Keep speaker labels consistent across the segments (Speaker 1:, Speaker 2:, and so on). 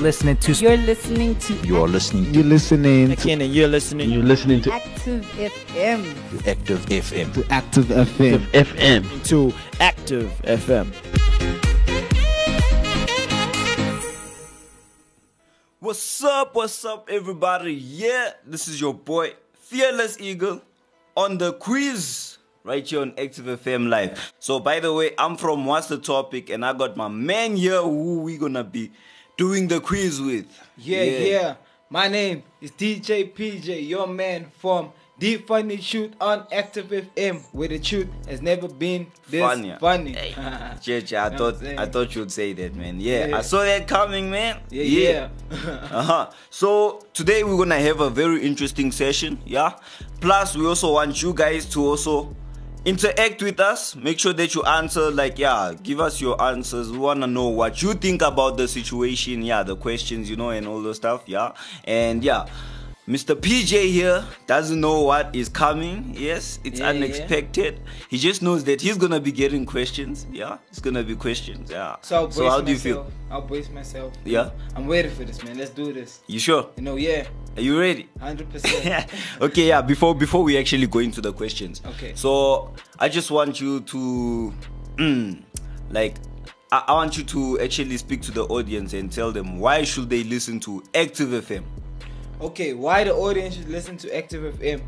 Speaker 1: listening to.
Speaker 2: You're listening to
Speaker 3: You are listening
Speaker 4: You're listening to,
Speaker 5: Again, and you're listening.
Speaker 6: You're listening to
Speaker 2: Active FM.
Speaker 3: to Active FM.
Speaker 4: to Active FM.
Speaker 6: FM.
Speaker 5: to Active FM.
Speaker 7: What's up? What's up, everybody? Yeah, this is your boy Fearless Eagle on the quiz right here on Active FM Live. So, by the way, I'm from What's the Topic, and I got my man here who we gonna be doing the quiz with.
Speaker 8: Yeah, yeah, My name is DJ PJ, your man from The Funny Shoot on Active FM, where the truth has never been this
Speaker 7: Funnier.
Speaker 8: funny.
Speaker 7: JJ, I
Speaker 8: I'm
Speaker 7: thought
Speaker 8: saying.
Speaker 7: I thought you'd say that, man. Yeah,
Speaker 8: Yeah.
Speaker 7: I saw that coming, man.
Speaker 8: yeah, yeah.
Speaker 7: Uh-huh. So today we're gonna have a very interesting session, yeah. Plus, we also want you guys to also interact with us. Make sure that you answer, like, yeah, give us your answers. We wanna know what you think about the situation, yeah, the questions, you know, and all the stuff, yeah. And yeah. Mr. PJ here doesn't know what is coming. Yes, it's
Speaker 8: Yeah, yeah.
Speaker 7: unexpected. He just knows that he's gonna be getting questions. Yeah, it's gonna be questions. Yeah.
Speaker 8: So, I'll brace
Speaker 7: so how
Speaker 8: myself.
Speaker 7: do you feel?
Speaker 8: I'll brace myself.
Speaker 7: Yeah.
Speaker 8: I'm ready for this, man. Let's do this.
Speaker 7: You sure?
Speaker 8: You know, yeah,
Speaker 7: Are you ready?
Speaker 8: 100%.
Speaker 7: okay, yeah. Before before we actually go into the questions.
Speaker 8: Okay.
Speaker 7: So I just want you to, mm, like, I, I want you to actually speak to the audience and tell them why should they listen to Active FM.
Speaker 8: okay, why the audience should listen to Active FM?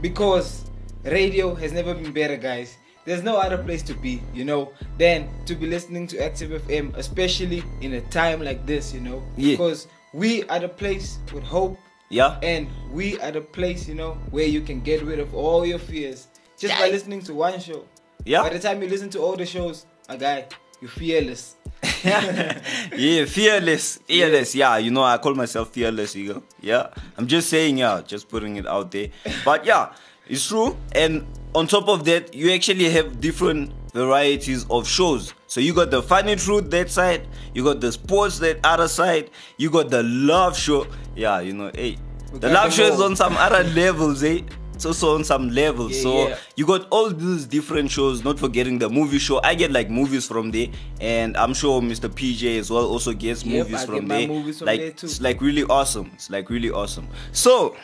Speaker 8: Because radio has never been better, guys. There's no other place to be, you know, than to be listening to Active FM, especially in a time like this, you know.
Speaker 7: Yeah.
Speaker 8: Because we are the place with hope,
Speaker 7: Yeah.
Speaker 8: and we are the place, you know, where you can get rid of all your fears just by listening to one show.
Speaker 7: Yeah.
Speaker 8: By the time you listen to all the shows, a guy, you're fearless.
Speaker 7: yeah, fearless, fearless. Yeah, you know, I call myself fearless eagle. Yeah, I'm just saying, yeah, just putting it out there. But yeah, it's true. And on top of that, you actually have different varieties of shows. So you got the funny truth that side, you got the sports that other side, you got the love show. Yeah, you know, hey,
Speaker 8: We
Speaker 7: the
Speaker 8: got
Speaker 7: love
Speaker 8: them
Speaker 7: show is
Speaker 8: all.
Speaker 7: on some other levels, eh? It's also on some levels.
Speaker 8: Yeah,
Speaker 7: so
Speaker 8: yeah.
Speaker 7: you got all these different shows, not forgetting the movie show. I get like movies from there, and I'm sure Mr. PJ as well also gets
Speaker 8: Yep,
Speaker 7: movies
Speaker 8: I
Speaker 7: from
Speaker 8: get my
Speaker 7: there.
Speaker 8: movies from
Speaker 7: like
Speaker 8: there too.
Speaker 7: it's like really awesome. It's like really awesome. So,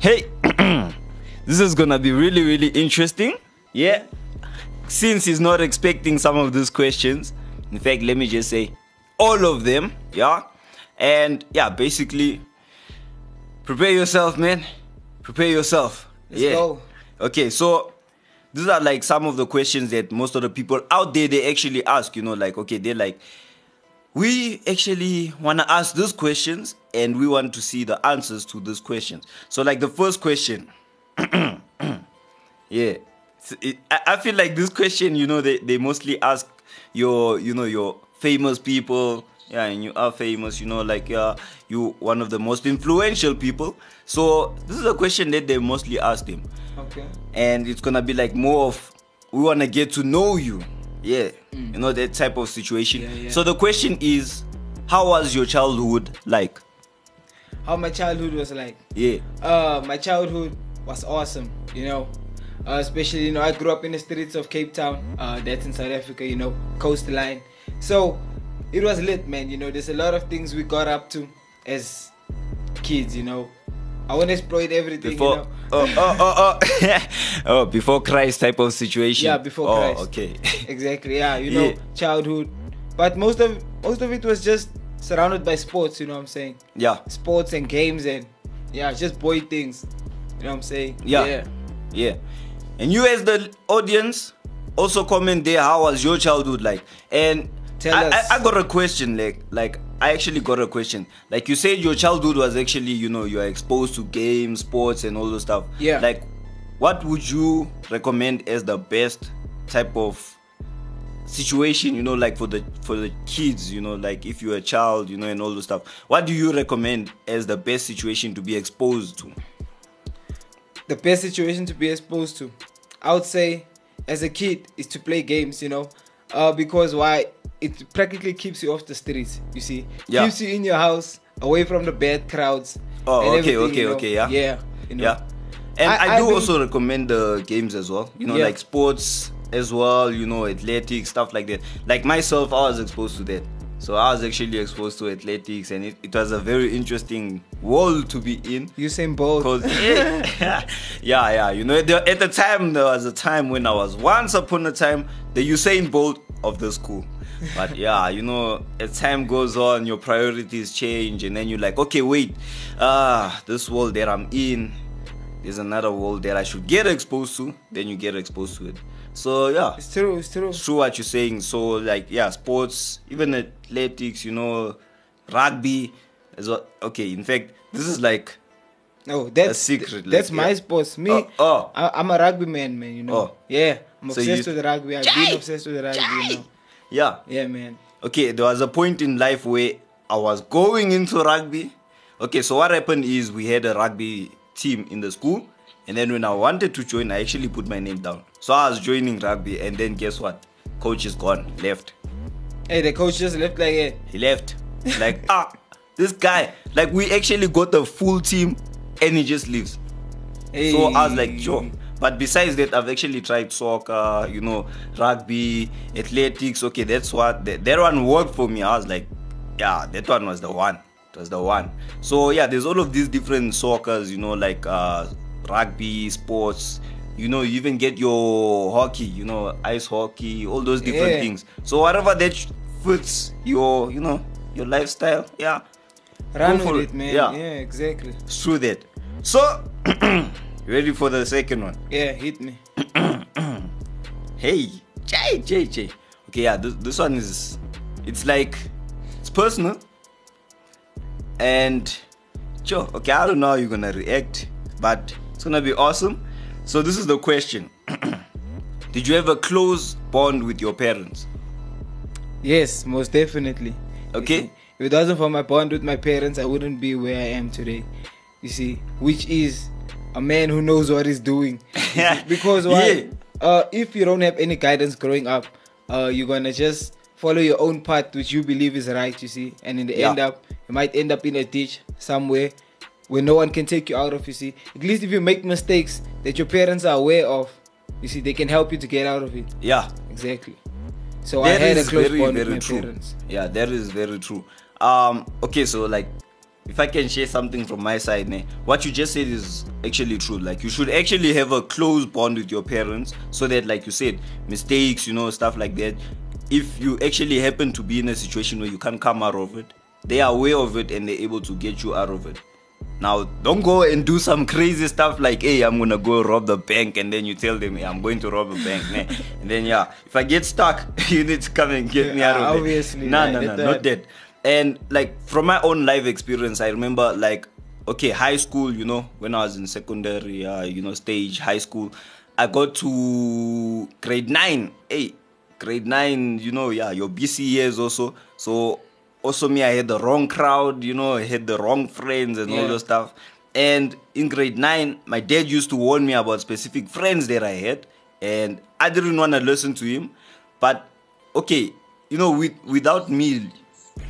Speaker 7: hey, this is gonna be really really interesting. Yeah, since he's not expecting some of these questions. In fact, let me just say all of them. Yeah, and yeah, basically prepare yourself, man. Prepare yourself.
Speaker 8: Let's go.
Speaker 7: Okay, so these are like some of the questions that most of the people out there they actually ask. You know, like okay, they're like, we actually want to ask these questions and we want to see the answers to these questions. So, like the first question, yeah, It's- it- I I feel like this question, you know, they, they mostly ask your, you know, your famous people. Yeah, and you are famous, you know, like uh, you one of the most influential people. So this is a question that they mostly ask them
Speaker 8: Okay.
Speaker 7: and it's gonna be like more of we wanna get to know you. Yeah. You know that type of situation.
Speaker 8: Mm. Yeah, yeah.
Speaker 7: So the question is, how was your childhood like?
Speaker 8: How my childhood was like.
Speaker 7: Yeah.
Speaker 8: uh, my childhood was awesome, you know. Uh, especially, you know, I grew up in the streets of Cape Town, uh, that's in South Africa, you know, coastline. So it was lit, man. You know, there's a lot of things we got up to as kids, you know. I want to exploit everything,
Speaker 7: Before
Speaker 8: you know.
Speaker 7: oh oh oh oh. oh before Christ type of situation.
Speaker 8: Yeah, before
Speaker 7: oh,
Speaker 8: Christ.
Speaker 7: Okay.
Speaker 8: exactly yeah you know
Speaker 7: Yeah.
Speaker 8: childhood but most of most of it was just surrounded by sports you know what i'm saying
Speaker 7: yeah.
Speaker 8: sports and games and yeah just boy things you know what i'm saying
Speaker 7: Yeah. Yeah. And you as the audience also comment there how was your childhood like? And
Speaker 8: Tell
Speaker 7: I,
Speaker 8: us.
Speaker 7: I, I got a question, like like I actually got a question. Like you said your childhood was actually, you know, you're exposed to games, sports and all those stuff.
Speaker 8: Yeah.
Speaker 7: Like what would you recommend as the best type of situation, you know, like for the for the kids, you know, like if you're a child, you know, and all those stuff. What do you recommend as the best situation to be exposed to?
Speaker 8: the best situation to be exposed to, I would say, as a kid, is to play games. You know, uh, because why? It practically keeps you off the streets. You see,
Speaker 7: Yeah.
Speaker 8: keeps you in your house, away from the bad crowds.
Speaker 7: Oh,
Speaker 8: and
Speaker 7: okay,
Speaker 8: everything,
Speaker 7: okay,
Speaker 8: you know.
Speaker 7: okay, yeah.
Speaker 8: yeah, you know.
Speaker 7: Yeah. And
Speaker 8: I-
Speaker 7: I,
Speaker 8: I
Speaker 7: do
Speaker 8: think-
Speaker 7: also recommend the games as well. You know,
Speaker 8: Yeah.
Speaker 7: like sports as well, you know, athletics, stuff like that. Like myself, I was exposed to that. So I was actually exposed to athletics, and it, it was a very interesting world to be in.
Speaker 8: Usain Bolt.
Speaker 7: Cause yeah, yeah, you know, there, at the time there was a time when I was once upon a time the Usain Bolt of the school. But yeah, you know, as time goes on, your priorities change, and then you're like, okay, wait, ah, this world that I'm in, there's another world that I should get exposed to. Then you get exposed to it. So yeah,
Speaker 8: It's true. It's true.
Speaker 7: it's true what you're saying. So like yeah, sports, even athletics, you know, rugby, as well. Okay, in fact, this is like
Speaker 8: No, that's
Speaker 7: secret,
Speaker 8: That's
Speaker 7: like,
Speaker 8: my
Speaker 7: yeah.
Speaker 8: sports. Me,
Speaker 7: Oh, oh.
Speaker 8: I, I'm a rugby man, man. You know.
Speaker 7: Oh.
Speaker 8: Yeah, I'm
Speaker 7: So
Speaker 8: obsessed
Speaker 7: you-
Speaker 8: with rugby. I've been obsessed with rugby. You know?
Speaker 7: yeah.
Speaker 8: Yeah, man.
Speaker 7: okay, there was a point in life where I was going into rugby. Okay, so what happened is we had a rugby team in the school, and then when I wanted to join, I actually put my name down. So I was joining rugby, and then guess what? Coach is gone, left.
Speaker 8: Hey, the coach just left like it.
Speaker 7: He left. Like, ah, this guy. Like, we actually got the full team, and he just leaves.
Speaker 8: Hey.
Speaker 7: So I was like, sure. But besides that, I've actually tried soccer, you know, rugby, athletics. Okay, that's what that, that one worked for me. I was like, yeah, that one was the one. It was the one. So yeah, there's all of these different soccers, you know, like uh, rugby, sports. You know, you even get your hockey, you know, ice hockey, all those different
Speaker 8: Yeah.
Speaker 7: things. So whatever that sh- fits your, you know, your lifestyle, yeah,
Speaker 8: Run
Speaker 7: go for
Speaker 8: with
Speaker 7: it.
Speaker 8: it, man.
Speaker 7: Yeah.
Speaker 8: yeah, exactly.
Speaker 7: through that. So, ready for the second one?
Speaker 8: Yeah, hit me.
Speaker 7: Hey, Jay, Jay, Jay. Okay, yeah, this, this one is. It's like. It's personal. And. Sure, okay, I don't know how you're gonna react, but it's gonna be awesome. So, this is the question Did you have a close bond with your parents?
Speaker 8: Yes, most definitely.
Speaker 7: Okay.
Speaker 8: If it wasn't for my bond with my parents, I wouldn't be where I am today. You see, which is a man who knows what he's doing. You see, because why?
Speaker 7: Yeah.
Speaker 8: Uh, if you don't have any guidance growing up, uh, you're gonna just follow your own path, which you believe is right. You see, and in the
Speaker 7: Yeah.
Speaker 8: end up, you might end up in a ditch somewhere where no one can take you out of. You see, at least if you make mistakes that your parents are aware of, you see, they can help you to get out of it.
Speaker 7: Yeah.
Speaker 8: Exactly. So
Speaker 7: That
Speaker 8: I had a
Speaker 7: is
Speaker 8: close
Speaker 7: very,
Speaker 8: bond
Speaker 7: very
Speaker 8: with my
Speaker 7: true.
Speaker 8: parents.
Speaker 7: Yeah, that is very true. Um, okay, so like, if I can share something from my side, ne, what you just said is actually true. Like, you should actually have a close bond with your parents so that, like you said, mistakes, you know, stuff like that. If you actually happen to be in a situation where you can't come out of it, they are aware of it and they're able to get you out of it. Now, don't go and do some crazy stuff like, hey, I'm gonna go rob the bank, and then you tell them, hey, I'm going to rob a bank. ne? and then, yeah, if I get stuck, you need to come and get me out
Speaker 8: Yeah,
Speaker 7: of it.
Speaker 8: obviously,
Speaker 7: No,
Speaker 8: right,
Speaker 7: no, no,
Speaker 8: that-
Speaker 7: not that. And like from my own life experience, I remember like, okay, high school, you know, when I was in secondary, uh, you know, stage, high school, I got to grade nine. Hey, grade nine, you know, yeah, your BC years also. So also me, I had the wrong crowd, you know, I had the wrong friends and all
Speaker 8: Yeah.
Speaker 7: those stuff. And in grade nine, my dad used to warn me about specific friends that I had, and I didn't want to listen to him. But okay, you know, with, without me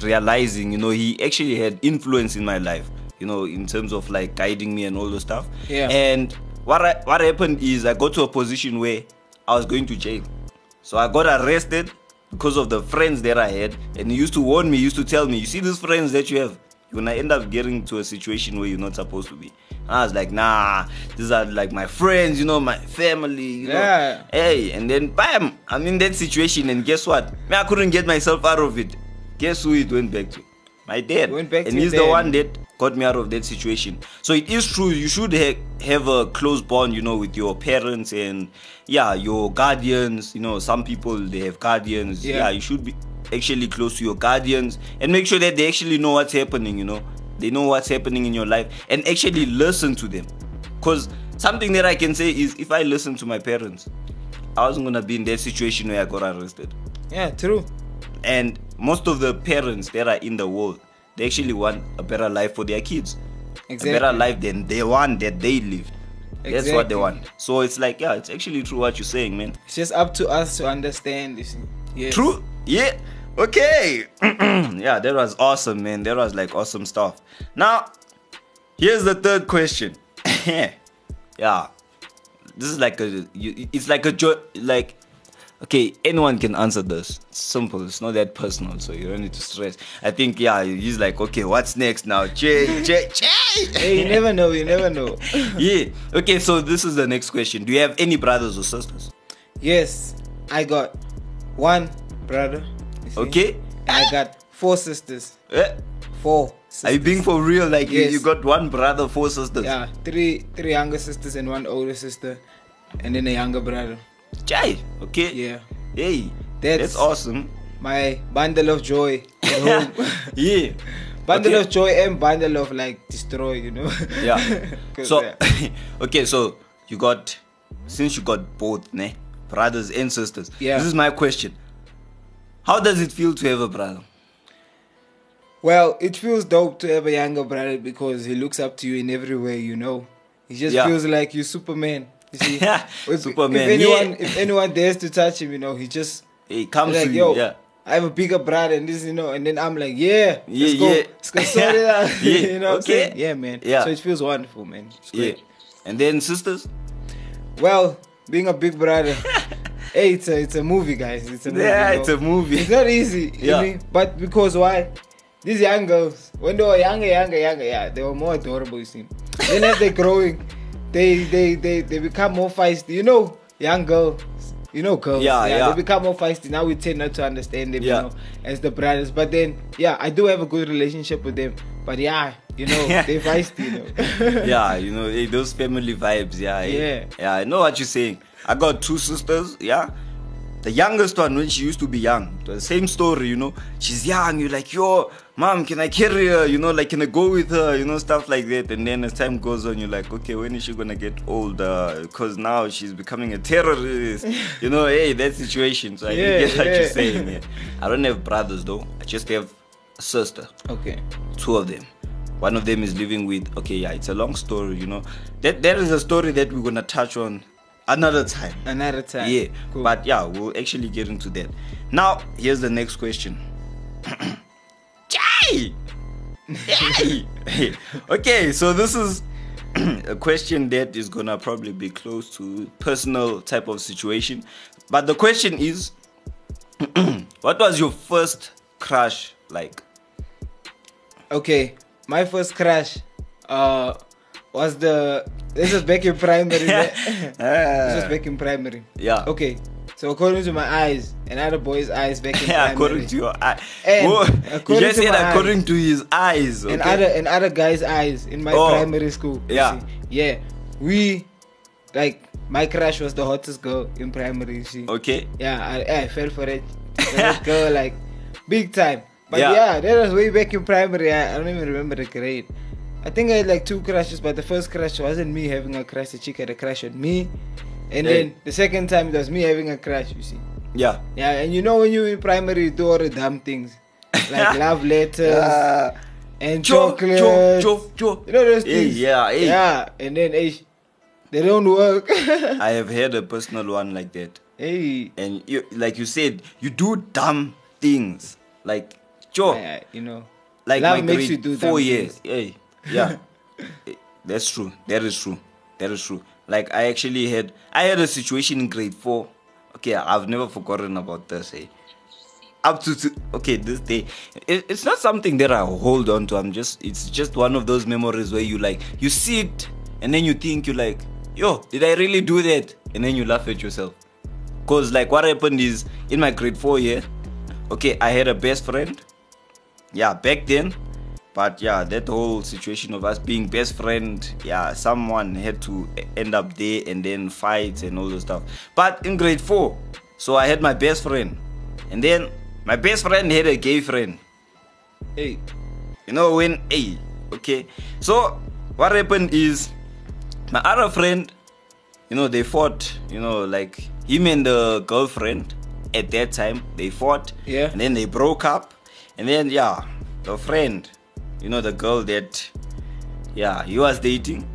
Speaker 7: realizing, you know, he actually had influence in my life, you know, in terms of like guiding me and all those stuff.
Speaker 8: Yeah.
Speaker 7: And what I, what happened is I got to a position where I was going to jail. So I got arrested because of the friends that I had, and he used to warn me, he used to tell me, you see these friends that you have, you're gonna end up getting to a situation where you're not supposed to be. And I was like, nah, these are like my friends, you know, my family, you know.
Speaker 8: Yeah.
Speaker 7: Hey, and then bam, I'm in that situation, and guess what? Me, I couldn't get myself out of it. Guess who it went back to? My dad.
Speaker 8: Went back
Speaker 7: and
Speaker 8: to
Speaker 7: he's
Speaker 8: dad.
Speaker 7: the one that got me out of that situation. So it is true. You should ha- have a close bond, you know, with your parents and yeah, your guardians. You know, some people they have guardians.
Speaker 8: Yeah.
Speaker 7: Yeah, you should be actually close to your guardians and make sure that they actually know what's happening. You know, they know what's happening in your life and actually listen to them. Cause something that I can say is if I listen to my parents, I wasn't gonna be in that situation where I got arrested
Speaker 8: Yeah, true.
Speaker 7: and most of the parents that are in the world they actually want a better life for their kids a better
Speaker 8: Exactly.
Speaker 7: life than the one that they lived that's what
Speaker 8: Exactly.
Speaker 7: they want so it's like yeah it's actually true what you're saying man
Speaker 8: It's just up to us to understand. You see. Yes.
Speaker 7: true yeah okay yeah that was awesome man that was like awesome stuff now here's the third question yeah this is like a you- it's like a jo- like Okay, anyone can answer this. It's simple. It's not that personal, so you don't need to stress. I think yeah, he's like, okay, what's next now? Che, che, che.
Speaker 8: Hey, you never know. You never know.
Speaker 7: yeah. Okay, so this is the next question. Do you have any brothers or sisters?
Speaker 8: Yes, I got one brother. you see.
Speaker 7: Okay.
Speaker 8: I got four sisters.
Speaker 7: Eh,
Speaker 8: Four.
Speaker 7: Are
Speaker 8: Sisters.
Speaker 7: you being for real? Like you-
Speaker 8: Yes.
Speaker 7: you got one brother, four sisters.
Speaker 8: Yeah, three three younger sisters and one older sister, and then a younger brother.
Speaker 7: Chai. Okay.
Speaker 8: Yeah,
Speaker 7: Hey.
Speaker 8: That's-
Speaker 7: that's awesome.
Speaker 8: my bundle of joy. at home.
Speaker 7: yeah.
Speaker 8: bundle
Speaker 7: Okay.
Speaker 8: of joy and bundle of like destroy. You know.
Speaker 7: yeah.
Speaker 8: 'Cause,
Speaker 7: so,
Speaker 8: yeah.
Speaker 7: okay, so you got, since you got both, ne, brothers and sisters.
Speaker 8: Yeah.
Speaker 7: This is my question. How does it feel to have a brother?
Speaker 8: Well, it feels dope to have a younger brother because he looks up to you in every way, you know. He just
Speaker 7: Yeah.
Speaker 8: feels like you're Superman. You see? if,
Speaker 7: Superman,
Speaker 8: If anyone,
Speaker 7: yeah.
Speaker 8: if anyone dares to touch him, you know, he just
Speaker 7: It comes
Speaker 8: like,
Speaker 7: to
Speaker 8: yo,
Speaker 7: you. Yeah.
Speaker 8: I have a bigger brother and this, you know, and then I'm like, yeah,
Speaker 7: Yeah,
Speaker 8: let's go,
Speaker 7: yeah.
Speaker 8: let's go sort it out.
Speaker 7: Yeah,
Speaker 8: you know what I'm
Speaker 7: okay.
Speaker 8: saying? Yeah, man.
Speaker 7: Yeah.
Speaker 8: So it feels wonderful, man. It's
Speaker 7: Yeah.
Speaker 8: great.
Speaker 7: And then sisters.
Speaker 8: Well, being a big brother, hey, it's a, it's a movie, guys. It's a movie.
Speaker 7: Yeah,
Speaker 8: you know.
Speaker 7: it's a movie.
Speaker 8: It's not easy.
Speaker 7: Yeah.
Speaker 8: Yeah. But because why? These young girls, when they were younger, younger, younger, yeah, they were more adorable, you see. Then as they're growing, they, they, they, they become more feisty. You know, young girls, you know, girls.
Speaker 7: Yeah, yeah.
Speaker 8: They become more feisty. Now we tend not to understand them,
Speaker 7: Yeah.
Speaker 8: you know, as the brothers. But then, yeah, I do have a good relationship with them. But yeah, you know, they're feisty, you know.
Speaker 7: yeah, you know, eh, those family vibes. Yeah. eh.
Speaker 8: Yeah.
Speaker 7: Yeah, I know what you're saying. I got two sisters. Yeah. The youngest one, when she used to be young, the same story, you know. She's young, you're like, yo, mom, can I carry her? You know, like, can I go with her? You know, stuff like that. And then as time goes on, you're like, okay, when is she gonna get older? Because now she's becoming a terrorist. You know, hey, that situation. So I
Speaker 8: Yeah,
Speaker 7: get what you're
Speaker 8: yeah.
Speaker 7: saying. Yeah. I don't have brothers, though. I just have a sister
Speaker 8: Okay.
Speaker 7: two of them. One of them is living with okay, yeah, it's a long story, you know. That that is a story that we're gonna touch on another time.
Speaker 8: Another time.
Speaker 7: Yeah.
Speaker 8: Cool.
Speaker 7: But yeah, we'll actually get into that. Now here's the next question. Jai! Jai! okay, so this is a question that is gonna probably be close to personal type of situation. But the question is what was your first crush like?
Speaker 8: Okay, my first crush uh, was the. This was back in primary. man. this was back in primary.
Speaker 7: Yeah.
Speaker 8: Okay, so according to my eyes and other boys' eyes back in
Speaker 7: Yeah,
Speaker 8: primary.
Speaker 7: according to your eye.
Speaker 8: And
Speaker 7: Whoa, you
Speaker 8: according
Speaker 7: just
Speaker 8: to
Speaker 7: said
Speaker 8: my
Speaker 7: according to his eyes.
Speaker 8: and
Speaker 7: okay?
Speaker 8: other and other guys' eyes in my
Speaker 7: Oh.
Speaker 8: primary school. you
Speaker 7: Yeah.
Speaker 8: see. Yeah, we like my crush was the hottest girl in primary. You see.
Speaker 7: Okay.
Speaker 8: Yeah, I, I fell for it. For that girl, like, big time. But
Speaker 7: Yeah.
Speaker 8: yeah. that was way back in primary. I, I don't even remember the grade. I think I had like two crushes, but the first crush wasn't me having a crush. The chick had a crush on me. And
Speaker 7: Yeah.
Speaker 8: then the second time, it was me having a crush, you see.
Speaker 7: Yeah.
Speaker 8: Yeah, and you know when you're in primary, you do all the dumb things. Like love letters and chocolate.
Speaker 7: Joe, Joe, Joe.
Speaker 8: You know those
Speaker 7: Hey,
Speaker 8: things?
Speaker 7: yeah, hey.
Speaker 8: Yeah, and then, hey, they don't work.
Speaker 7: I have had a personal one like that.
Speaker 8: hey.
Speaker 7: And you, like you said, you do dumb things. Like, Joe,
Speaker 8: Yeah, you know.
Speaker 7: Oh. like
Speaker 8: love
Speaker 7: my
Speaker 8: makes
Speaker 7: grade
Speaker 8: you do
Speaker 7: four
Speaker 8: dumb
Speaker 7: years. Hey, yeah. Eh, That's true. That is true. That is true. Like I actually had I had a situation in grade four. Okay, I've never forgotten about this. Hey. Up to, to okay, this day, it, it's not something that I hold on to. I'm just, it's just one of those memories where you like, you see it, and then you think you like, yo, did I really do that? And then you laugh at yourself, cause like what happened is in my grade four year, okay, I had a best friend, yeah, back then. But yeah, that whole situation of us being best friend, yeah, someone had to e- end up there and then fights and all those stuff. But in grade four, so I had my best friend, and then my best friend had a gay friend. Hey, you know when? Hey, okay. So what happened is my other friend, you know, they fought. You know, like him and the girlfriend at that time they fought.
Speaker 8: Yeah.
Speaker 7: And then they broke up, and then yeah, the friend, you know, the girl that, yeah, he was dating.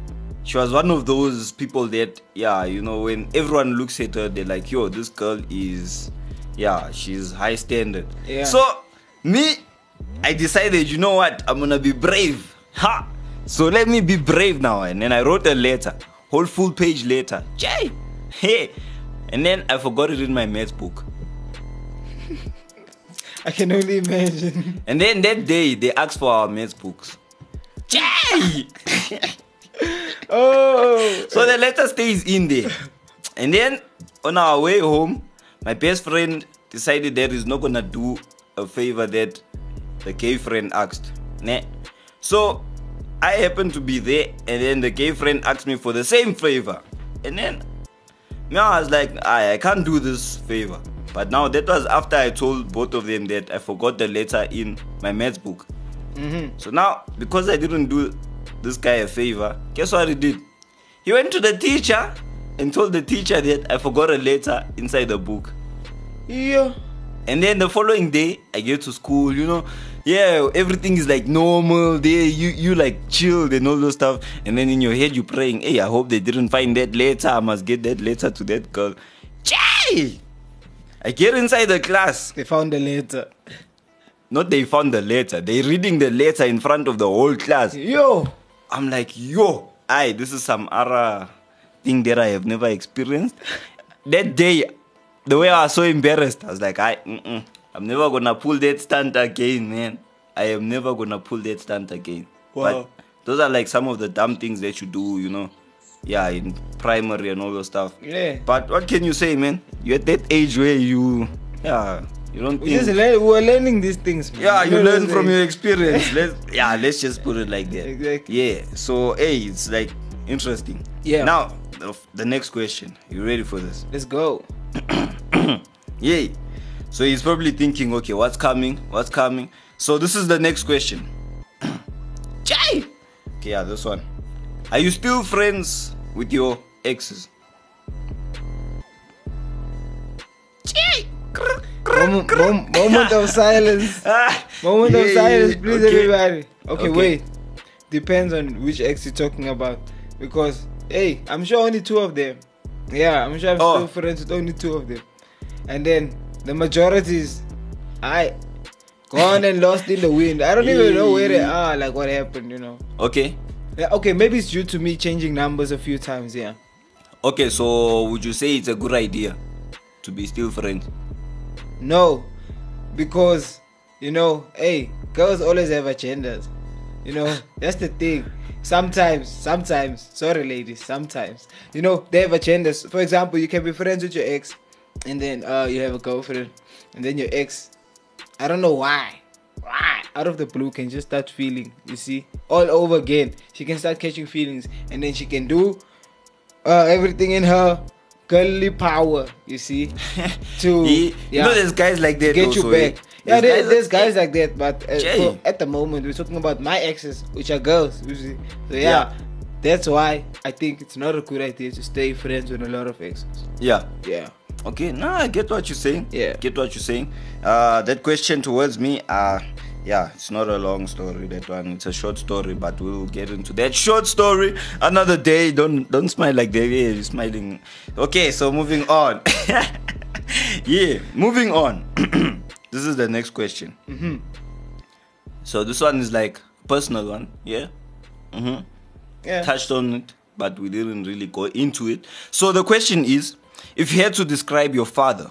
Speaker 7: She was one of those people that, yeah, you know, when everyone looks at her, they're like, yo, this girl is, yeah, she's high standard.
Speaker 8: Yeah.
Speaker 7: So, me, I decided, you know what, I'm gonna be brave. Ha! So let me be brave now. And then I wrote a letter, whole full page letter. Jay! Hey! And then I forgot it in my math book.
Speaker 8: I can only imagine.
Speaker 7: And then that day they asked for our math books. Jay!
Speaker 8: Oh,
Speaker 7: So the letter stays in there. And then on our way home, my best friend decided that he's not gonna do a favor that the gay friend asked. Nah. So I happened to be there, and then the gay friend asked me for the same favor. And then now I was like, I, I can't do this favor. But now that was after I told both of them that I forgot the letter in my math book. So now, because I didn't do this guy a favor, guess what he did? He went to the teacher and told the teacher that I forgot a letter inside the book.
Speaker 8: yeah.
Speaker 7: And then the following day, I get to school, you know, yeah, everything is like normal. There, you you like chilled and all those stuff. And then in your head, you praying, hey, I hope they didn't find that letter. I must get that letter to that girl. Jay! I get inside the class.
Speaker 8: They found the letter.
Speaker 7: Not they found the letter. They reading the letter in front of the whole class.
Speaker 8: Yo.
Speaker 7: I'm like, yo, I this is some other thing that I have never experienced. that day, the way I was so embarrassed, I was like, I, mm-mm, I'm never gonna pull that stunt again, man. I am never gonna pull that stunt again.
Speaker 8: Wow.
Speaker 7: But those are like some of the dumb things that you do, you know. Yeah, in primary and all those stuff.
Speaker 8: Yeah.
Speaker 7: But what can you say, man? You're at that age where you, yeah, you don't
Speaker 8: We just
Speaker 7: think.
Speaker 8: learn, we're learning these things. Man.
Speaker 7: Mm. Yeah, you
Speaker 8: know
Speaker 7: learn
Speaker 8: those
Speaker 7: from
Speaker 8: things.
Speaker 7: your experience. Let's yeah, let's just put it like that.
Speaker 8: Exactly.
Speaker 7: Yeah. So hey, it's like interesting.
Speaker 8: Yeah.
Speaker 7: Now the, f- the next question. You ready for this?
Speaker 8: Let's go.
Speaker 7: Yay. So he's probably thinking, okay, what's coming? What's coming? So this is the next question. Jay. Okay, yeah, this one. Are you still friends with your exes? Jay.
Speaker 8: Moment, mom- moment of silence.
Speaker 7: Ah,
Speaker 8: Moment of
Speaker 7: yeah,
Speaker 8: silence,
Speaker 7: yeah,
Speaker 8: please,
Speaker 7: okay.
Speaker 8: everybody. Okay,
Speaker 7: Okay.
Speaker 8: wait. Depends on which ex you're talking about, because hey, I'm sure only two of them. Yeah, I'm sure I'm
Speaker 7: Oh.
Speaker 8: still friends with only two of them, and then the majority is I gone and lost in the wind. I don't even know where they are, like what happened, you know.
Speaker 7: Okay.
Speaker 8: Yeah, okay, maybe it's due to me changing numbers a few times. Yeah,
Speaker 7: Okay, so would you say it's a good idea to be still friends?
Speaker 8: no, because you know, hey, girls always have agendas. You know, that's the thing. Sometimes, sometimes, sorry, ladies, sometimes, you know, they have agendas. For example, you can be friends with your ex, and then uh, you have a girlfriend, and then your ex, I don't know why, why, out of the blue, can just start feeling, you see, all over again. She can start catching feelings, and then she can do uh, everything in her girly power, you see, to
Speaker 7: He- You know, there's guys like that.
Speaker 8: get
Speaker 7: also,
Speaker 8: you back.
Speaker 7: eh?
Speaker 8: Yeah, there,
Speaker 7: like-
Speaker 8: there's guys like that, but uh,
Speaker 7: Jay.
Speaker 8: for- at the moment we're talking about my exes, which are girls. You see. So yeah,
Speaker 7: Yeah.
Speaker 8: that's why I think it's not a good idea to stay friends with a lot of exes.
Speaker 7: Yeah.
Speaker 8: Yeah.
Speaker 7: Okay. No, I get what you're saying.
Speaker 8: Yeah.
Speaker 7: Get what you're saying. Uh, that question towards me. Uh, yeah, it's not a long story. That one. It's a short story, but we'll get into that short story another day. Don't don't smile like that. Yeah, you're smiling. Okay. So moving on. yeah. Moving on. this is the next question. So this one is like personal one. Yeah. Mm-hmm.
Speaker 8: Yeah.
Speaker 7: touched on it, but we didn't really go into it. So the question is, if you had to describe your father,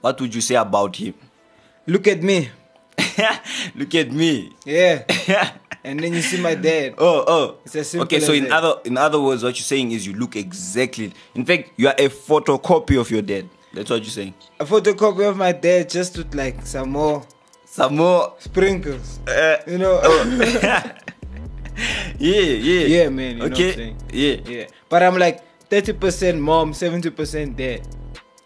Speaker 7: what would you say about him?
Speaker 8: Look at me.
Speaker 7: Look at me.
Speaker 8: Yeah. and then you see my dad.
Speaker 7: Oh, oh.
Speaker 8: It's as simple
Speaker 7: okay, so
Speaker 8: as
Speaker 7: in
Speaker 8: that.
Speaker 7: other in other words, what you're saying is you look exactly. In fact, you are a photocopy of your dad. That's what you're saying.
Speaker 8: A photocopy of my dad just with like some more
Speaker 7: Some more.
Speaker 8: sprinkles.
Speaker 7: Uh,
Speaker 8: You know.
Speaker 7: yeah, yeah.
Speaker 8: yeah, man. You Know
Speaker 7: okay.
Speaker 8: what I'm saying?
Speaker 7: yeah.
Speaker 8: Yeah. But I'm like 30% mom, 70% dad.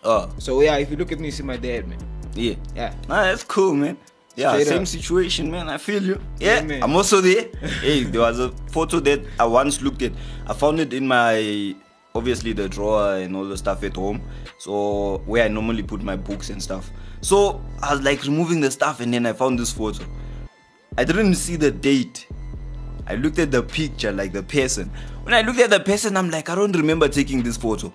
Speaker 7: Oh,
Speaker 8: So yeah, if you look at me, you see my dad, man.
Speaker 7: yeah.
Speaker 8: Yeah.
Speaker 7: Nah, that's cool, man. Yeah,
Speaker 8: Straight
Speaker 7: same
Speaker 8: up.
Speaker 7: situation, man. I feel you. Yeah,
Speaker 8: man.
Speaker 7: I'm also there. hey, there was a photo that I once looked at. I found it in my obviously the drawer and all the stuff at home. So where I normally put my books and stuff. So I was like removing the stuff and then I found this photo. I didn't see the date. I looked at the picture, like the person. When I looked at the person, I'm like, I don't remember taking this photo.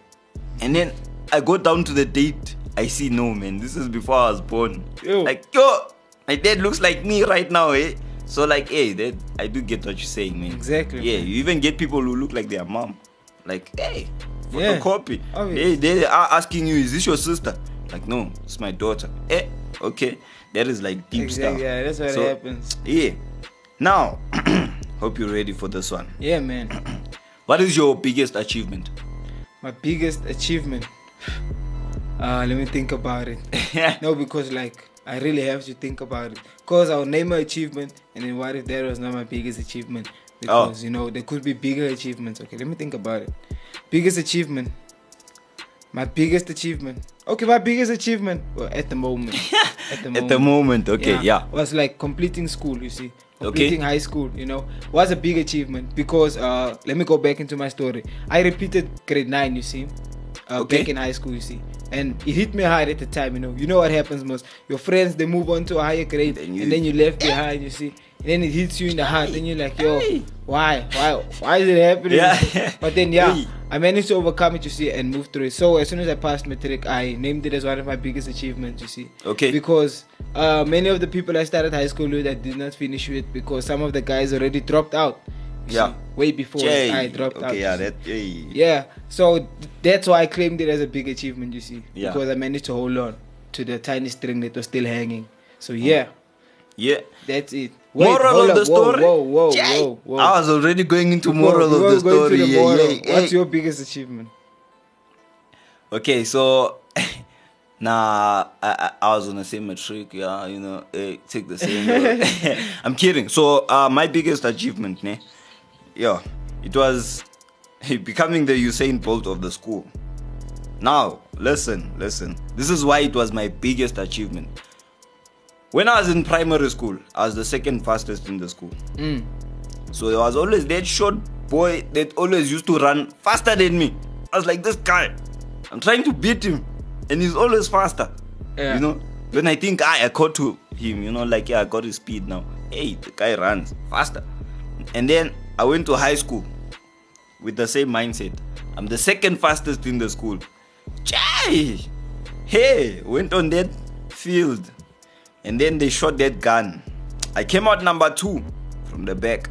Speaker 7: And then I go down to the date. I see, no, man, this is before I was born.
Speaker 8: Ew.
Speaker 7: Like, yo, my dad looks like me right now, eh? So, like, hey, that, I do get what you're saying, man.
Speaker 8: Exactly,
Speaker 7: Yeah,
Speaker 8: man.
Speaker 7: you even get people who look like their mom. Like, hey,
Speaker 8: Yeah,
Speaker 7: photocopy.
Speaker 8: obvious.
Speaker 7: They, they are asking you, is this your sister? Like, no, it's my daughter. Eh, okay. That is like deep
Speaker 8: Exactly,
Speaker 7: stuff.
Speaker 8: yeah, that's what
Speaker 7: So,
Speaker 8: happens.
Speaker 7: Yeah. Now, hope you're ready for this one.
Speaker 8: Yeah, man.
Speaker 7: What is your biggest achievement?
Speaker 8: My biggest achievement. Uh, let me think about it. no, because like I really have to think about it. Cause I'll name an achievement, and then what if that was not my biggest achievement?
Speaker 7: Oh.
Speaker 8: Because you know there could be bigger achievements. Okay, let me think about it. Biggest achievement. My biggest achievement. Okay, my biggest achievement. Well, at the moment. at the
Speaker 7: At the moment, okay, yeah.
Speaker 8: was like completing school, you see.
Speaker 7: Okay.
Speaker 8: Completing high school, you know, was a big achievement because uh let me go back into my story. I repeated grade nine, you see. Uh,
Speaker 7: Okay.
Speaker 8: back in high school, you see. And it hit me hard at the time, you know. You know what happens most. Your friends they move on to a higher grade
Speaker 7: Then you-
Speaker 8: and then you left behind, you see. And then it hits you in the heart, and you're like, yo, why? Why why is it happening?
Speaker 7: Yeah.
Speaker 8: But then yeah,
Speaker 7: Hey.
Speaker 8: I managed to overcome it, you see, and move through it. So as soon as I passed metric, I named it as one of my biggest achievements, you see.
Speaker 7: Okay.
Speaker 8: Because uh, many of the people I started high school with, I did not finish with because some of the guys already dropped out. you
Speaker 7: Yeah.
Speaker 8: see, way before
Speaker 7: Jay.
Speaker 8: I dropped out.
Speaker 7: okay,
Speaker 8: you
Speaker 7: yeah,
Speaker 8: see.
Speaker 7: that, hey.
Speaker 8: Yeah. So th- that's why I claimed it as a big achievement, you see,
Speaker 7: Yeah.
Speaker 8: because I managed to hold on to the tiny string that was still hanging. So yeah,
Speaker 7: yeah.
Speaker 8: that's it.
Speaker 7: Mm. moral
Speaker 8: hold
Speaker 7: of the
Speaker 8: up. Whoa,
Speaker 7: story.
Speaker 8: Whoa, whoa,
Speaker 7: Jay.
Speaker 8: whoa, whoa.
Speaker 7: I was already going into
Speaker 8: Before-
Speaker 7: moral
Speaker 8: before
Speaker 7: of the
Speaker 8: we go
Speaker 7: story.
Speaker 8: into the
Speaker 7: yeah,
Speaker 8: moral,
Speaker 7: yeah,
Speaker 8: What's
Speaker 7: yeah.
Speaker 8: your biggest achievement?
Speaker 7: Okay, so nah, I, I, I was on the same metric, yeah, you know, eh, take the same. road. I'm kidding. So uh, my biggest achievement, ne, yeah, it was becoming the Usain Bolt of the school. Now, listen, listen. This is why it was my biggest achievement. When I was in primary school, I was the second fastest in the school.
Speaker 8: Mm.
Speaker 7: So there was always that short boy that always used to run faster than me. I was like, this guy, I'm trying to beat him, and he's always faster.
Speaker 8: Yeah.
Speaker 7: You know, when I think ah, I caught to him, you know, like yeah, I got his speed now. Hey, the guy runs faster. And then I went to high school with the same mindset. I'm the second fastest in the school. Jay, hey, went on that field, and then they shot that gun. I came out number two from the back.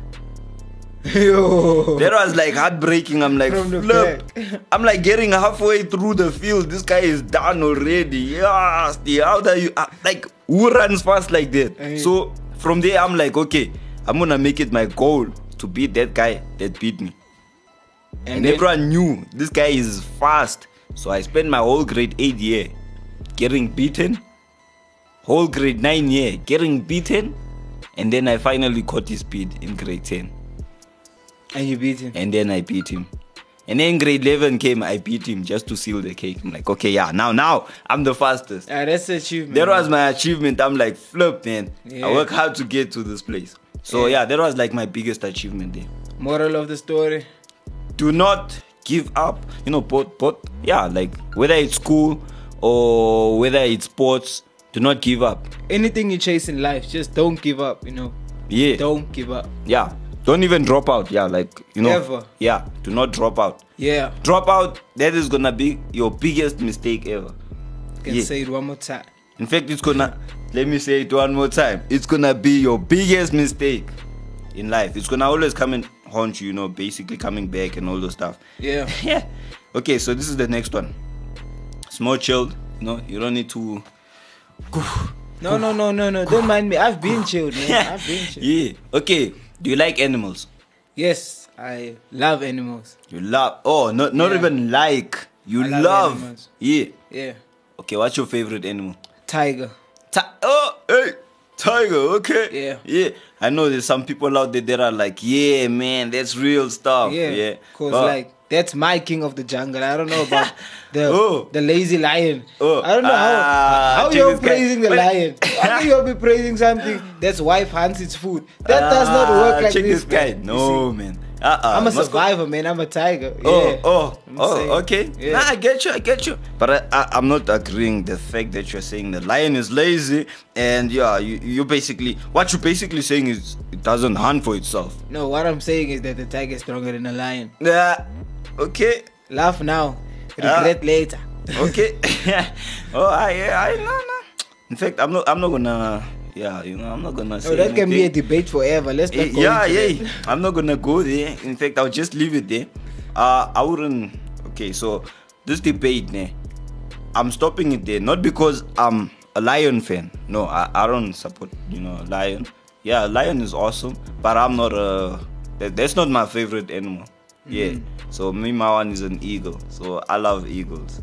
Speaker 8: Yo.
Speaker 7: That was like heartbreaking. I'm like
Speaker 8: From the
Speaker 7: flipped. I'm like getting halfway through the field. This guy is done already. Yes, the- how do you uh, like who runs fast like that?
Speaker 8: Hey.
Speaker 7: So from there, I'm like, okay, I'm gonna make it my goal to beat that guy that beat me. And,
Speaker 8: then-
Speaker 7: everyone knew this guy is fast. So I spent my whole grade eight year getting beaten, whole grade nine year getting beaten, and then I finally caught his speed in grade ten
Speaker 8: and you beat him.
Speaker 7: and then I beat him. And then grade 11 came, I beat him just to seal the cake. I'm like, okay, yeah, now, now, I'm the fastest.
Speaker 8: Ah, that's the achievement.
Speaker 7: That was my achievement. I'm like, flip, man.
Speaker 8: Yeah.
Speaker 7: I work hard to get to this place. So,
Speaker 8: Yeah.
Speaker 7: yeah, that was like my biggest achievement there.
Speaker 8: moral of the story.
Speaker 7: Do not give up. You know, both, both, yeah, like whether it's school or whether it's sports, do not give up.
Speaker 8: Anything you chase in life, just don't give up. You know,
Speaker 7: Yeah.
Speaker 8: don't give up.
Speaker 7: Yeah. Don't even drop out. Yeah, like, you know.
Speaker 8: Never.
Speaker 7: Yeah, do not drop out.
Speaker 8: Yeah,
Speaker 7: Drop out, that is gonna be your biggest mistake ever.
Speaker 8: I can
Speaker 7: Yeah.
Speaker 8: say it one more time.
Speaker 7: In fact, it's gonna, let me say it one more time. It's gonna be your biggest mistake in life. It's gonna always come and haunt you, you know, basically coming back and all those stuff.
Speaker 8: Yeah.
Speaker 7: Yeah. Okay, so this is the next one. It's more chilled, you know, you don't need to.
Speaker 8: No, no, no, no, no. Don't mind me. I've been chilled, man. I've been chilled.
Speaker 7: yeah. Okay, do you like animals?
Speaker 8: Yes, I love animals.
Speaker 7: You love, oh, not, not
Speaker 8: Yeah.
Speaker 7: even like, you
Speaker 8: I
Speaker 7: love.
Speaker 8: love animals.
Speaker 7: Yeah.
Speaker 8: Yeah,
Speaker 7: Okay, what's your favorite animal?
Speaker 8: tiger.
Speaker 7: Ti- oh, hey, Tiger, okay.
Speaker 8: Yeah.
Speaker 7: Yeah. I know there's some people out there that are like, yeah, man, that's real stuff.
Speaker 8: Yeah,
Speaker 7: Yeah.
Speaker 8: Cause
Speaker 7: Oh,
Speaker 8: like that's my king of the jungle. I don't know about the
Speaker 7: Oh.
Speaker 8: the lazy lion.
Speaker 7: Oh.
Speaker 8: I don't know
Speaker 7: Ah,
Speaker 8: how how
Speaker 7: check
Speaker 8: you're
Speaker 7: this guy.
Speaker 8: praising the
Speaker 7: Wait.
Speaker 8: lion. How can you be praising something that's wife hunts its food? That does not
Speaker 7: ah,
Speaker 8: work like
Speaker 7: check this, guy.
Speaker 8: man. You see?
Speaker 7: No, man. Uh-uh.
Speaker 8: I'm a
Speaker 7: must go-
Speaker 8: survivor, man. I'm a tiger.
Speaker 7: Oh,
Speaker 8: yeah.
Speaker 7: oh,
Speaker 8: I'm
Speaker 7: oh,
Speaker 8: saying,
Speaker 7: okay.
Speaker 8: Yeah.
Speaker 7: Nah, I get you, I get you. But I, I, I'm not agreeing the fact that you're saying the lion is lazy, and yeah, you, you basically what you're basically saying is it doesn't hunt for itself.
Speaker 8: No, what I'm saying is that the tiger is stronger than a lion.
Speaker 7: Yeah, okay.
Speaker 8: Laugh now,
Speaker 7: Ah.
Speaker 8: regret later.
Speaker 7: okay. oh, I, I, no, no. In fact, I'm not, I'm not gonna, yeah, you know, I'm not gonna say
Speaker 8: No, Oh, that can be a
Speaker 7: anything.
Speaker 8: debate forever. Let's
Speaker 7: Eh,
Speaker 8: not go
Speaker 7: yeah,
Speaker 8: into that.
Speaker 7: yeah. I'm not gonna go there. In fact, I'll just leave it there. Uh, I wouldn't. Okay, so this debate, ne, I'm stopping it there. Not because I'm a Lion fan. No, I, I don't support, you know, Lion. Yeah, Lion is awesome, but I'm not a. That, that's not my favorite animal. Yeah.
Speaker 8: Mm-hmm.
Speaker 7: So me, my one is an eagle. So I love eagles.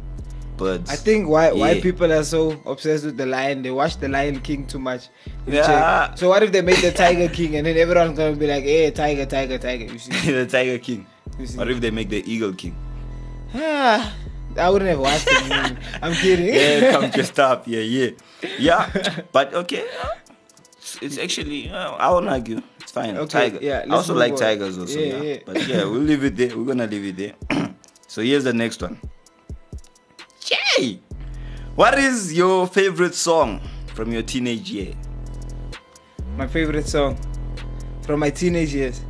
Speaker 7: But
Speaker 8: I think why why
Speaker 7: Yeah.
Speaker 8: people are so obsessed with the lion, they watch the Lion King too much. You check.
Speaker 7: Yeah.
Speaker 8: So what if they make the Tiger King and then everyone's gonna be like, hey, Tiger, Tiger, Tiger. You see?
Speaker 7: the Tiger King.
Speaker 8: You see?
Speaker 7: What if they make the Eagle King?
Speaker 8: Ah, I wouldn't have watched the movie. I'm kidding.
Speaker 7: Yeah, come to stop. Yeah, yeah, yeah. But okay, uh, it's, it's actually uh, I won't argue. It's fine.
Speaker 8: Okay,
Speaker 7: Tiger.
Speaker 8: yeah,
Speaker 7: I
Speaker 8: let's
Speaker 7: also
Speaker 8: move
Speaker 7: like
Speaker 8: on.
Speaker 7: tigers also.
Speaker 8: Yeah,
Speaker 7: Yeah,
Speaker 8: yeah.
Speaker 7: But yeah, we'll leave it there. We're gonna leave it there. so here's the next one. Jay, what is your favorite song from your teenage year?
Speaker 8: My favorite song from my teenage years.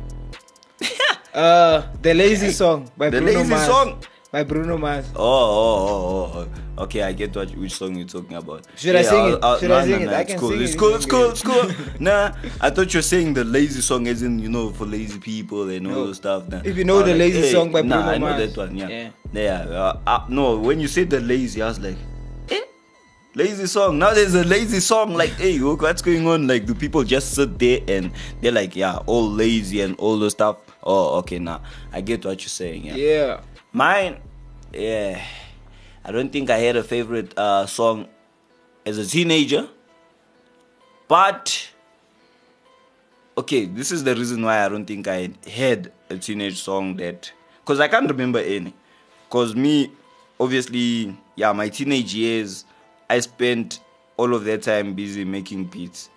Speaker 8: uh, the lazy song by
Speaker 7: The
Speaker 8: Bruno
Speaker 7: Lazy
Speaker 8: Mars.
Speaker 7: Song?
Speaker 8: by Bruno Mars.
Speaker 7: Oh, oh, oh, oh, okay. I get what which song you're talking about.
Speaker 8: Should I sing it? Should
Speaker 7: no,
Speaker 8: I sing
Speaker 7: no,
Speaker 8: it?
Speaker 7: no,
Speaker 8: I
Speaker 7: it's
Speaker 8: can
Speaker 7: cool.
Speaker 8: sing
Speaker 7: it's
Speaker 8: it.
Speaker 7: cool. It's cool. It's cool. nah, I thought you were saying the lazy song, as in you know, for lazy people and
Speaker 8: No.
Speaker 7: all those stuff. Nah.
Speaker 8: If you know
Speaker 7: I was
Speaker 8: the lazy song by
Speaker 7: nah,
Speaker 8: Bruno
Speaker 7: I know
Speaker 8: Mars.
Speaker 7: that one. Yeah,
Speaker 8: Yeah.
Speaker 7: yeah. uh, uh, no, when you said the lazy, I was like, eh, lazy song. Now there's a lazy song. Like, hey, look, what's going on? Like, do people just sit there and they're like, yeah, all lazy and all those stuff? Oh, okay. Now I get what you're saying. Yeah.
Speaker 8: Yeah.
Speaker 7: Mine, yeah. I don't think I had a favorite uh, song as a teenager. But, okay, this is the reason why I don't think I had a teenage song that. Because I can't remember any. Because me, obviously, yeah, my teenage years, I spent all of that time busy making beats.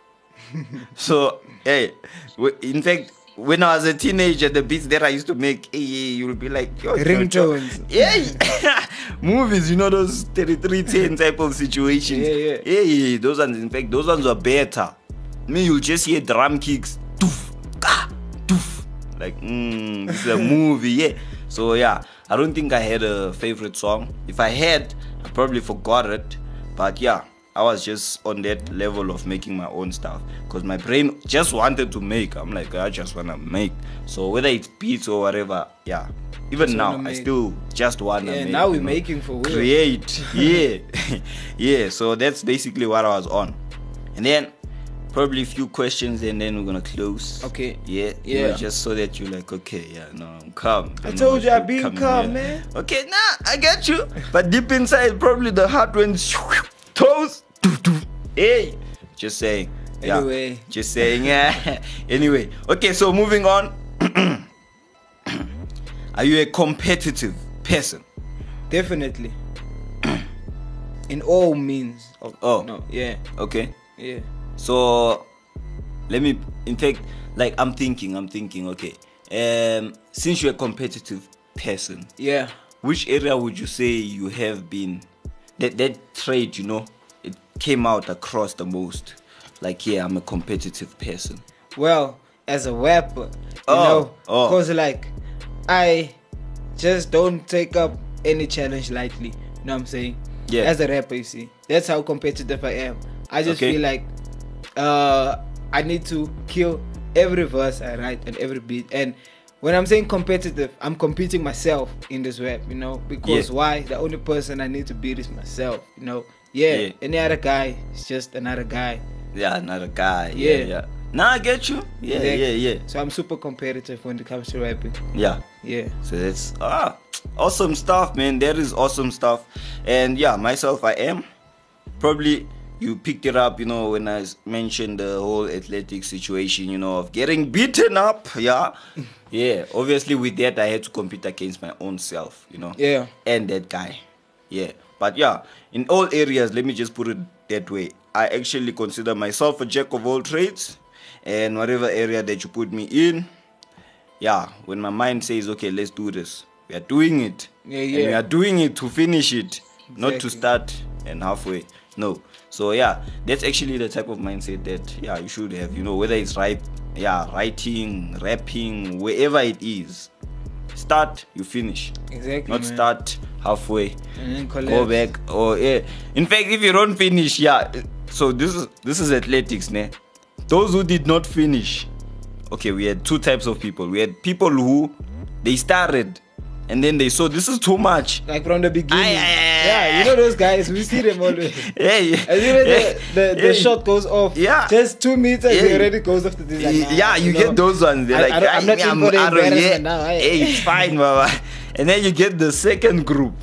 Speaker 7: So, hey, w- in fact, when I was a teenager, the beats that I used to make, hey, you'll be like, yo, yo, yo.
Speaker 8: Ringtones.
Speaker 7: Yeah, movies, you know, those 3310 type of situations.
Speaker 8: Yeah, yeah.
Speaker 7: Yeah, yeah, yeah, those ones, in fact, those ones were better. Me, you'll just hear drum kicks, doof, ka, doof. Like, mm, this is a movie, yeah. So, yeah, I don't think I had a favorite song. If I had, I probably forgot it. But, yeah, I was just on that level of making my own stuff because my brain just wanted to make. I'm like, I just want to make. So, whether it's beats or whatever, yeah. Even
Speaker 8: Just wanna
Speaker 7: now, I
Speaker 8: make.
Speaker 7: still just want to
Speaker 8: Yeah,
Speaker 7: make.
Speaker 8: now
Speaker 7: you
Speaker 8: we're
Speaker 7: know
Speaker 8: making for real.
Speaker 7: create yeah yeah so that's basically what i was on and then probably a few questions and then we're gonna close
Speaker 8: Okay.
Speaker 7: yeah
Speaker 8: Yeah.
Speaker 7: yeah just so that you're like okay yeah no i'm calm
Speaker 8: I
Speaker 7: know
Speaker 8: told you
Speaker 7: you're
Speaker 8: I been
Speaker 7: coming
Speaker 8: calm,
Speaker 7: here.
Speaker 8: man.
Speaker 7: okay nah i get you but deep inside probably the heart went toes doo, doo. hey just saying yeah.
Speaker 8: Anyway.
Speaker 7: just saying yeah anyway okay so moving on are you a competitive person
Speaker 8: Definitely. In all means. Of,
Speaker 7: Oh.
Speaker 8: No. Yeah.
Speaker 7: okay
Speaker 8: Yeah.
Speaker 7: So let me in fact like I'm thinking, I'm thinking, okay. Um since you're a competitive person,
Speaker 8: Yeah.
Speaker 7: which area would you say you have been that that trait, you know, it came out across the most? Like yeah, I'm a competitive person.
Speaker 8: Well, as a rapper, you
Speaker 7: Oh,
Speaker 8: know,
Speaker 7: oh.
Speaker 8: cause like I just don't take up any challenge lightly. You know what I'm saying?
Speaker 7: Yeah.
Speaker 8: As a rapper, you see, that's how competitive I am. I just
Speaker 7: Okay.
Speaker 8: feel like uh, I need to kill every verse I write and every beat. And when I'm saying competitive, I'm competing myself in this rap, you know, because
Speaker 7: Yeah.
Speaker 8: why? The only person I need to beat is myself, you know. Yeah,
Speaker 7: Yeah.
Speaker 8: any other guy is just another guy.
Speaker 7: Yeah, another guy. Yeah,
Speaker 8: Yeah.
Speaker 7: yeah. Now I get you. Yeah,
Speaker 8: Like,
Speaker 7: yeah, yeah.
Speaker 8: So I'm super competitive when it comes to rapping.
Speaker 7: Yeah.
Speaker 8: Yeah.
Speaker 7: So that's ah awesome stuff, man. That is awesome stuff. And yeah, myself I am. Probably you picked it up, you know, when I s- mentioned the whole athletic situation, you know, of getting beaten up. Yeah. Yeah. Obviously with that I had to compete against my own self, you know.
Speaker 8: Yeah.
Speaker 7: And that guy. Yeah. But yeah, in all areas, let me just put it that way. I actually consider myself a jack of all trades. And whatever area that you put me in, yeah, when my mind says, okay, let's do this, we are doing it.
Speaker 8: Yeah,
Speaker 7: And we
Speaker 8: yeah.
Speaker 7: are doing it to finish it, not to
Speaker 8: Exactly.
Speaker 7: start and halfway. No. So yeah, that's actually the type of mindset that yeah you should have. You know, whether it's right, yeah, writing, rapping, wherever it is, start, you finish.
Speaker 8: Exactly,
Speaker 7: Not
Speaker 8: man.
Speaker 7: start halfway
Speaker 8: And then
Speaker 7: go
Speaker 8: collapse.
Speaker 7: back or yeah. In fact, if you don't finish, yeah. So this is this is athletics, ne? Those who did not finish. Okay, we had two types of people. We had people who they started and then they saw this is too much.
Speaker 8: Like from the beginning.
Speaker 7: Aye, aye, aye,
Speaker 8: yeah, you know those guys, we see them always.
Speaker 7: Hey,
Speaker 8: As soon as
Speaker 7: hey,
Speaker 8: the, the, the
Speaker 7: hey.
Speaker 8: shot goes off,
Speaker 7: Yeah.
Speaker 8: just two meters,
Speaker 7: Yeah.
Speaker 8: he already goes off the this. like, nah,
Speaker 7: yeah, you
Speaker 8: know.
Speaker 7: get those ones. They're
Speaker 8: I-
Speaker 7: like,
Speaker 8: I don't- I'm not
Speaker 7: "Ay,
Speaker 8: in for the
Speaker 7: Aaron, yeah.
Speaker 8: embarrassment now, eh?"
Speaker 7: Hey, it's fine, Baba. And then you get the second group.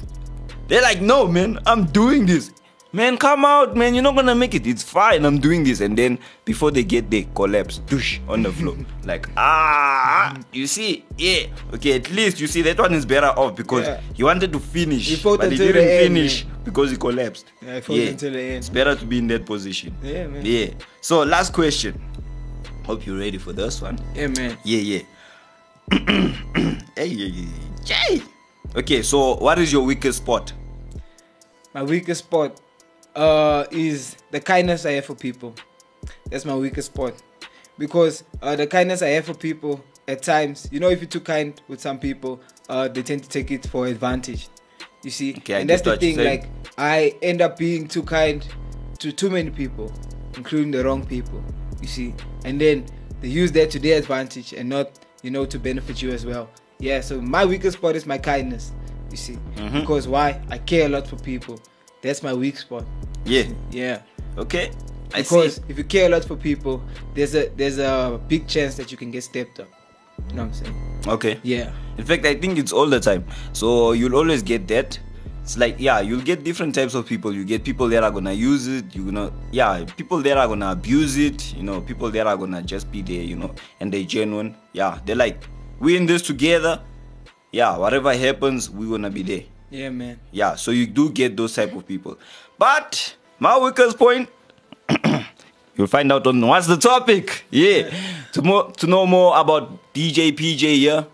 Speaker 7: They're like, no, man, I'm doing this. Man, come out, man. You're not gonna make it. It's fine. I'm doing this. And then before they get, they collapse, douche on the floor. like, ah, you see, yeah. Okay, at least you see that one is better off because
Speaker 8: Yeah.
Speaker 7: he wanted to finish,
Speaker 8: He fought
Speaker 7: but he
Speaker 8: until the
Speaker 7: didn't
Speaker 8: end,
Speaker 7: finish
Speaker 8: yeah.
Speaker 7: because he collapsed.
Speaker 8: Yeah, he fought until the end.
Speaker 7: It's better to be in that position.
Speaker 8: Yeah, man.
Speaker 7: Yeah. So last question. Hope you're ready for this one.
Speaker 8: Yeah, man.
Speaker 7: Yeah, yeah. hey, yeah, yeah, yeah. Jay. Okay, so what is your weakest spot?
Speaker 8: My weakest spot uh, is the kindness I have for people. That's my weakest spot. Because uh, the kindness I have for people, at times, you know, if you're too kind with some people, uh, they tend to take it for advantage. You see?
Speaker 7: Okay, I
Speaker 8: and that's
Speaker 7: get
Speaker 8: the
Speaker 7: what you're
Speaker 8: thing,
Speaker 7: saying.
Speaker 8: like, I end up being too kind to too many people, including the wrong people. You see? And then they use that to their advantage and not, you know, to benefit you as well. Yeah, so my weakest spot is my kindness. You see?
Speaker 7: Mm-hmm.
Speaker 8: Because why? I care a lot for people. That's my weak spot.
Speaker 7: Yeah.
Speaker 8: Yeah
Speaker 7: Okay. I
Speaker 8: because
Speaker 7: see.
Speaker 8: if you care a lot for people, there's a there's a big chance that you can get stepped up. You know what I'm saying?
Speaker 7: Okay.
Speaker 8: Yeah.
Speaker 7: In fact, I think it's all the time. So you'll always get that. It's like yeah, you'll get different types of people. You get people that are gonna use it. You gonna yeah, people that are gonna abuse it. You know, people that are gonna just be there. You know, and they genuine. Yeah, they're like, we in this together. Yeah, whatever happens, we gonna be there.
Speaker 8: Yeah, man.
Speaker 7: Yeah, so you do get those type of people. But my weakest point, you'll find out on what's the topic. Yeah, to more to know more about DJ PJ here,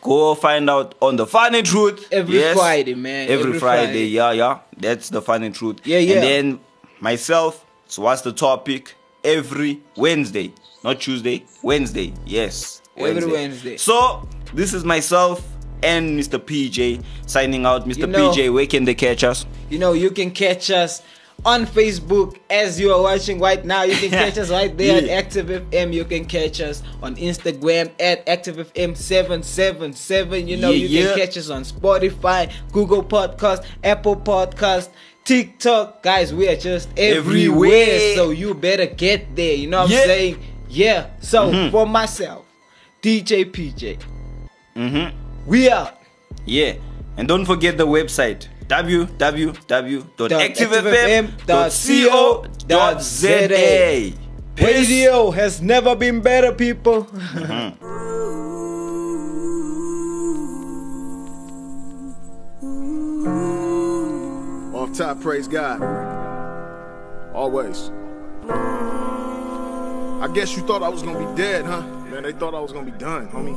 Speaker 7: go find out on the funny truth
Speaker 8: Every Friday, man.
Speaker 7: Every,
Speaker 8: Every
Speaker 7: Friday.
Speaker 8: Friday.
Speaker 7: yeah, yeah. That's the funny truth.
Speaker 8: Yeah, yeah.
Speaker 7: And then myself, so what's the topic? Every Wednesday, not Tuesday, Wednesday. Yes,
Speaker 8: Every Wednesday.
Speaker 7: So this is myself. And Mr. PJ signing out. Mr.
Speaker 8: You know-
Speaker 7: PJ, where can they catch us?
Speaker 8: You know, you can catch us on Facebook as you are watching right now. You can catch us right there
Speaker 7: Yeah.
Speaker 8: at Active FM. You can catch us on Instagram at Active FM seven seven seven. You know, you
Speaker 7: Yeah, yeah.
Speaker 8: can catch us on Spotify, Google Podcast, Apple Podcast. TikTok, guys, we are just everywhere,
Speaker 7: Everywhere.
Speaker 8: so you better get there. You know what
Speaker 7: Yeah. Mm-hmm.
Speaker 8: I'm saying? Yeah. So for myself, DJ PJ, we are
Speaker 7: Mm-hmm. Yeah. And don't forget the website www.activefm.co.za. Peace.
Speaker 8: Radio has never been better, people.
Speaker 1: Off top, praise God. Always. I guess you thought I was gonna be dead, huh? Man, they thought I was gonna be done, homie.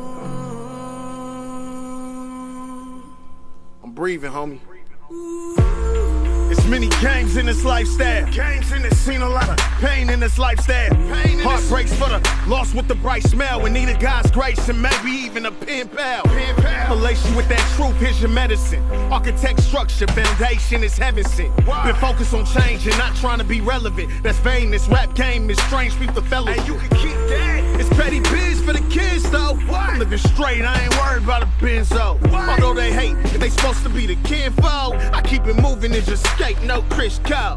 Speaker 1: I'm breathing, homie.
Speaker 4: It's many games in this lifestyle. Games in this seen a lot of pain in this lifestyle. Pain Heartbreaks for the lost with the bright smile. We need a God's grace and maybe even a pen pal. Pen pal. Relation with that truth is your medicine. Architect structure, foundation is heaven sent. Been focused on change and not trying to be relevant. That's vain. This rap game is strange. People fellas. Hey, you can keep that. It's petty biz for the kids though. I'm living straight. I ain't worried about a benzo. Although they hate, if they supposed to be the kinfolk, I keep it moving and just skate. No Chris Cole.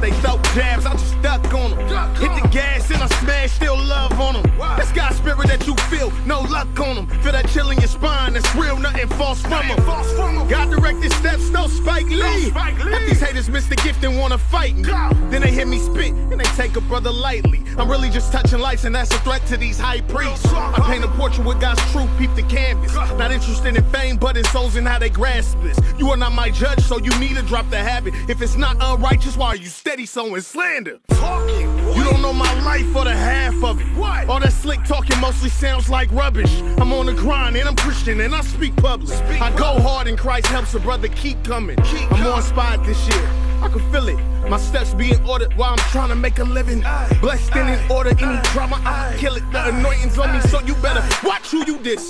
Speaker 4: They throw jabs, I just duck on them. Hit the gas and I smash, still love on them. That's God's spirit that you feel, no luck on them. Feel that chill in your spine, that's real, nothing false from them. God directed steps, no Spike Lee. If these haters miss the gift and wanna fight me, then they hear me spit and they take a brother lightly. I'm really just touching lights and that's a threat to these high priests. I paint a portrait with God's truth, peep the canvas. Not interested in fame, but in souls and how they grasp this. You are not my judge, so you need to drop the habit. If it's not unrighteous, why are you steady sowing slander? Talking. You don't know my life or the half of it. What? All that slick talking mostly sounds like rubbish. I'm on the grind and I'm Christian and I speak public. I go hard and Christ helps a brother keep coming. I'm more inspired this year. I can feel it. My steps being ordered while I'm trying to make a living. Blessed and in order, any drama, I kill it. The anointing's on me, so you better watch who you diss.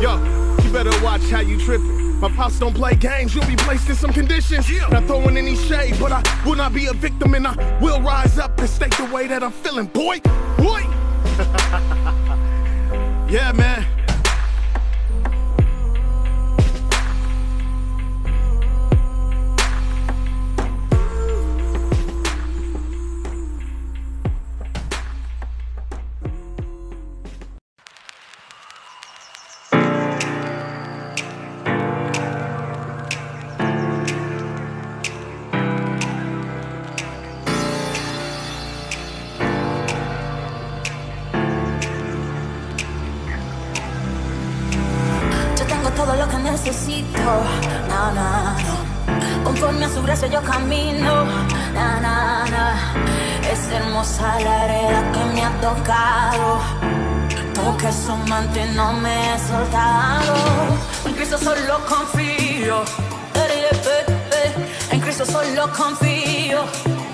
Speaker 4: Yo, you better watch how you tripping. My pops don't play games, you'll be placed in some conditions. Not throwing any shade, but I will not be a victim and I will rise up and state the way that I'm feeling. Boy, boy. yeah, man.
Speaker 6: quito. Na, na, na. Conforme a su gracia yo camino. Na, na, na. Es hermosa la herida que me ha tocado. Porque su manto no me he soltado. En Cristo solo confío. Tere, pe, pe. En Cristo solo confío.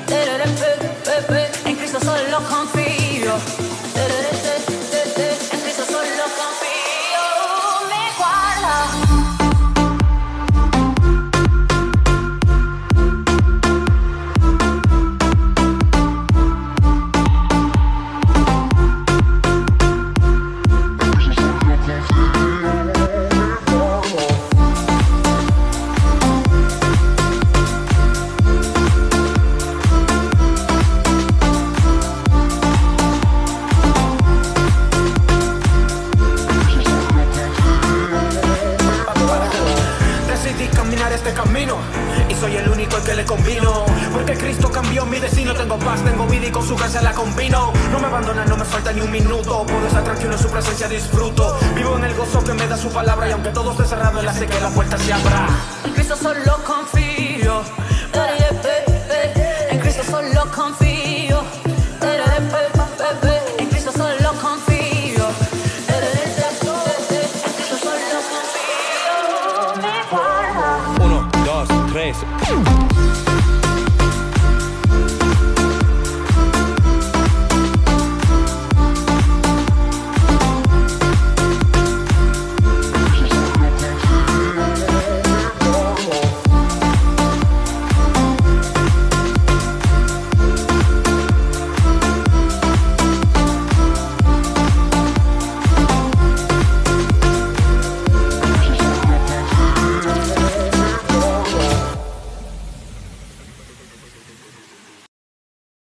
Speaker 6: Tere, pe, pe, pe. En Cristo solo confío. Tere, te, te, te. En Cristo solo confío. Me guarda.
Speaker 9: Decidí caminar este camino y soy el único al que le combino. Porque Cristo cambió mi destino. Tengo paz, tengo vida y con su gracia la combino. No me abandona, no me falta ni un minuto. Puedo estar tranquilo en su presencia, disfruto. Vivo en el gozo que me da su palabra. Y aunque todo esté cerrado, él hace que la puerta se abra.
Speaker 6: En Cristo solo confío.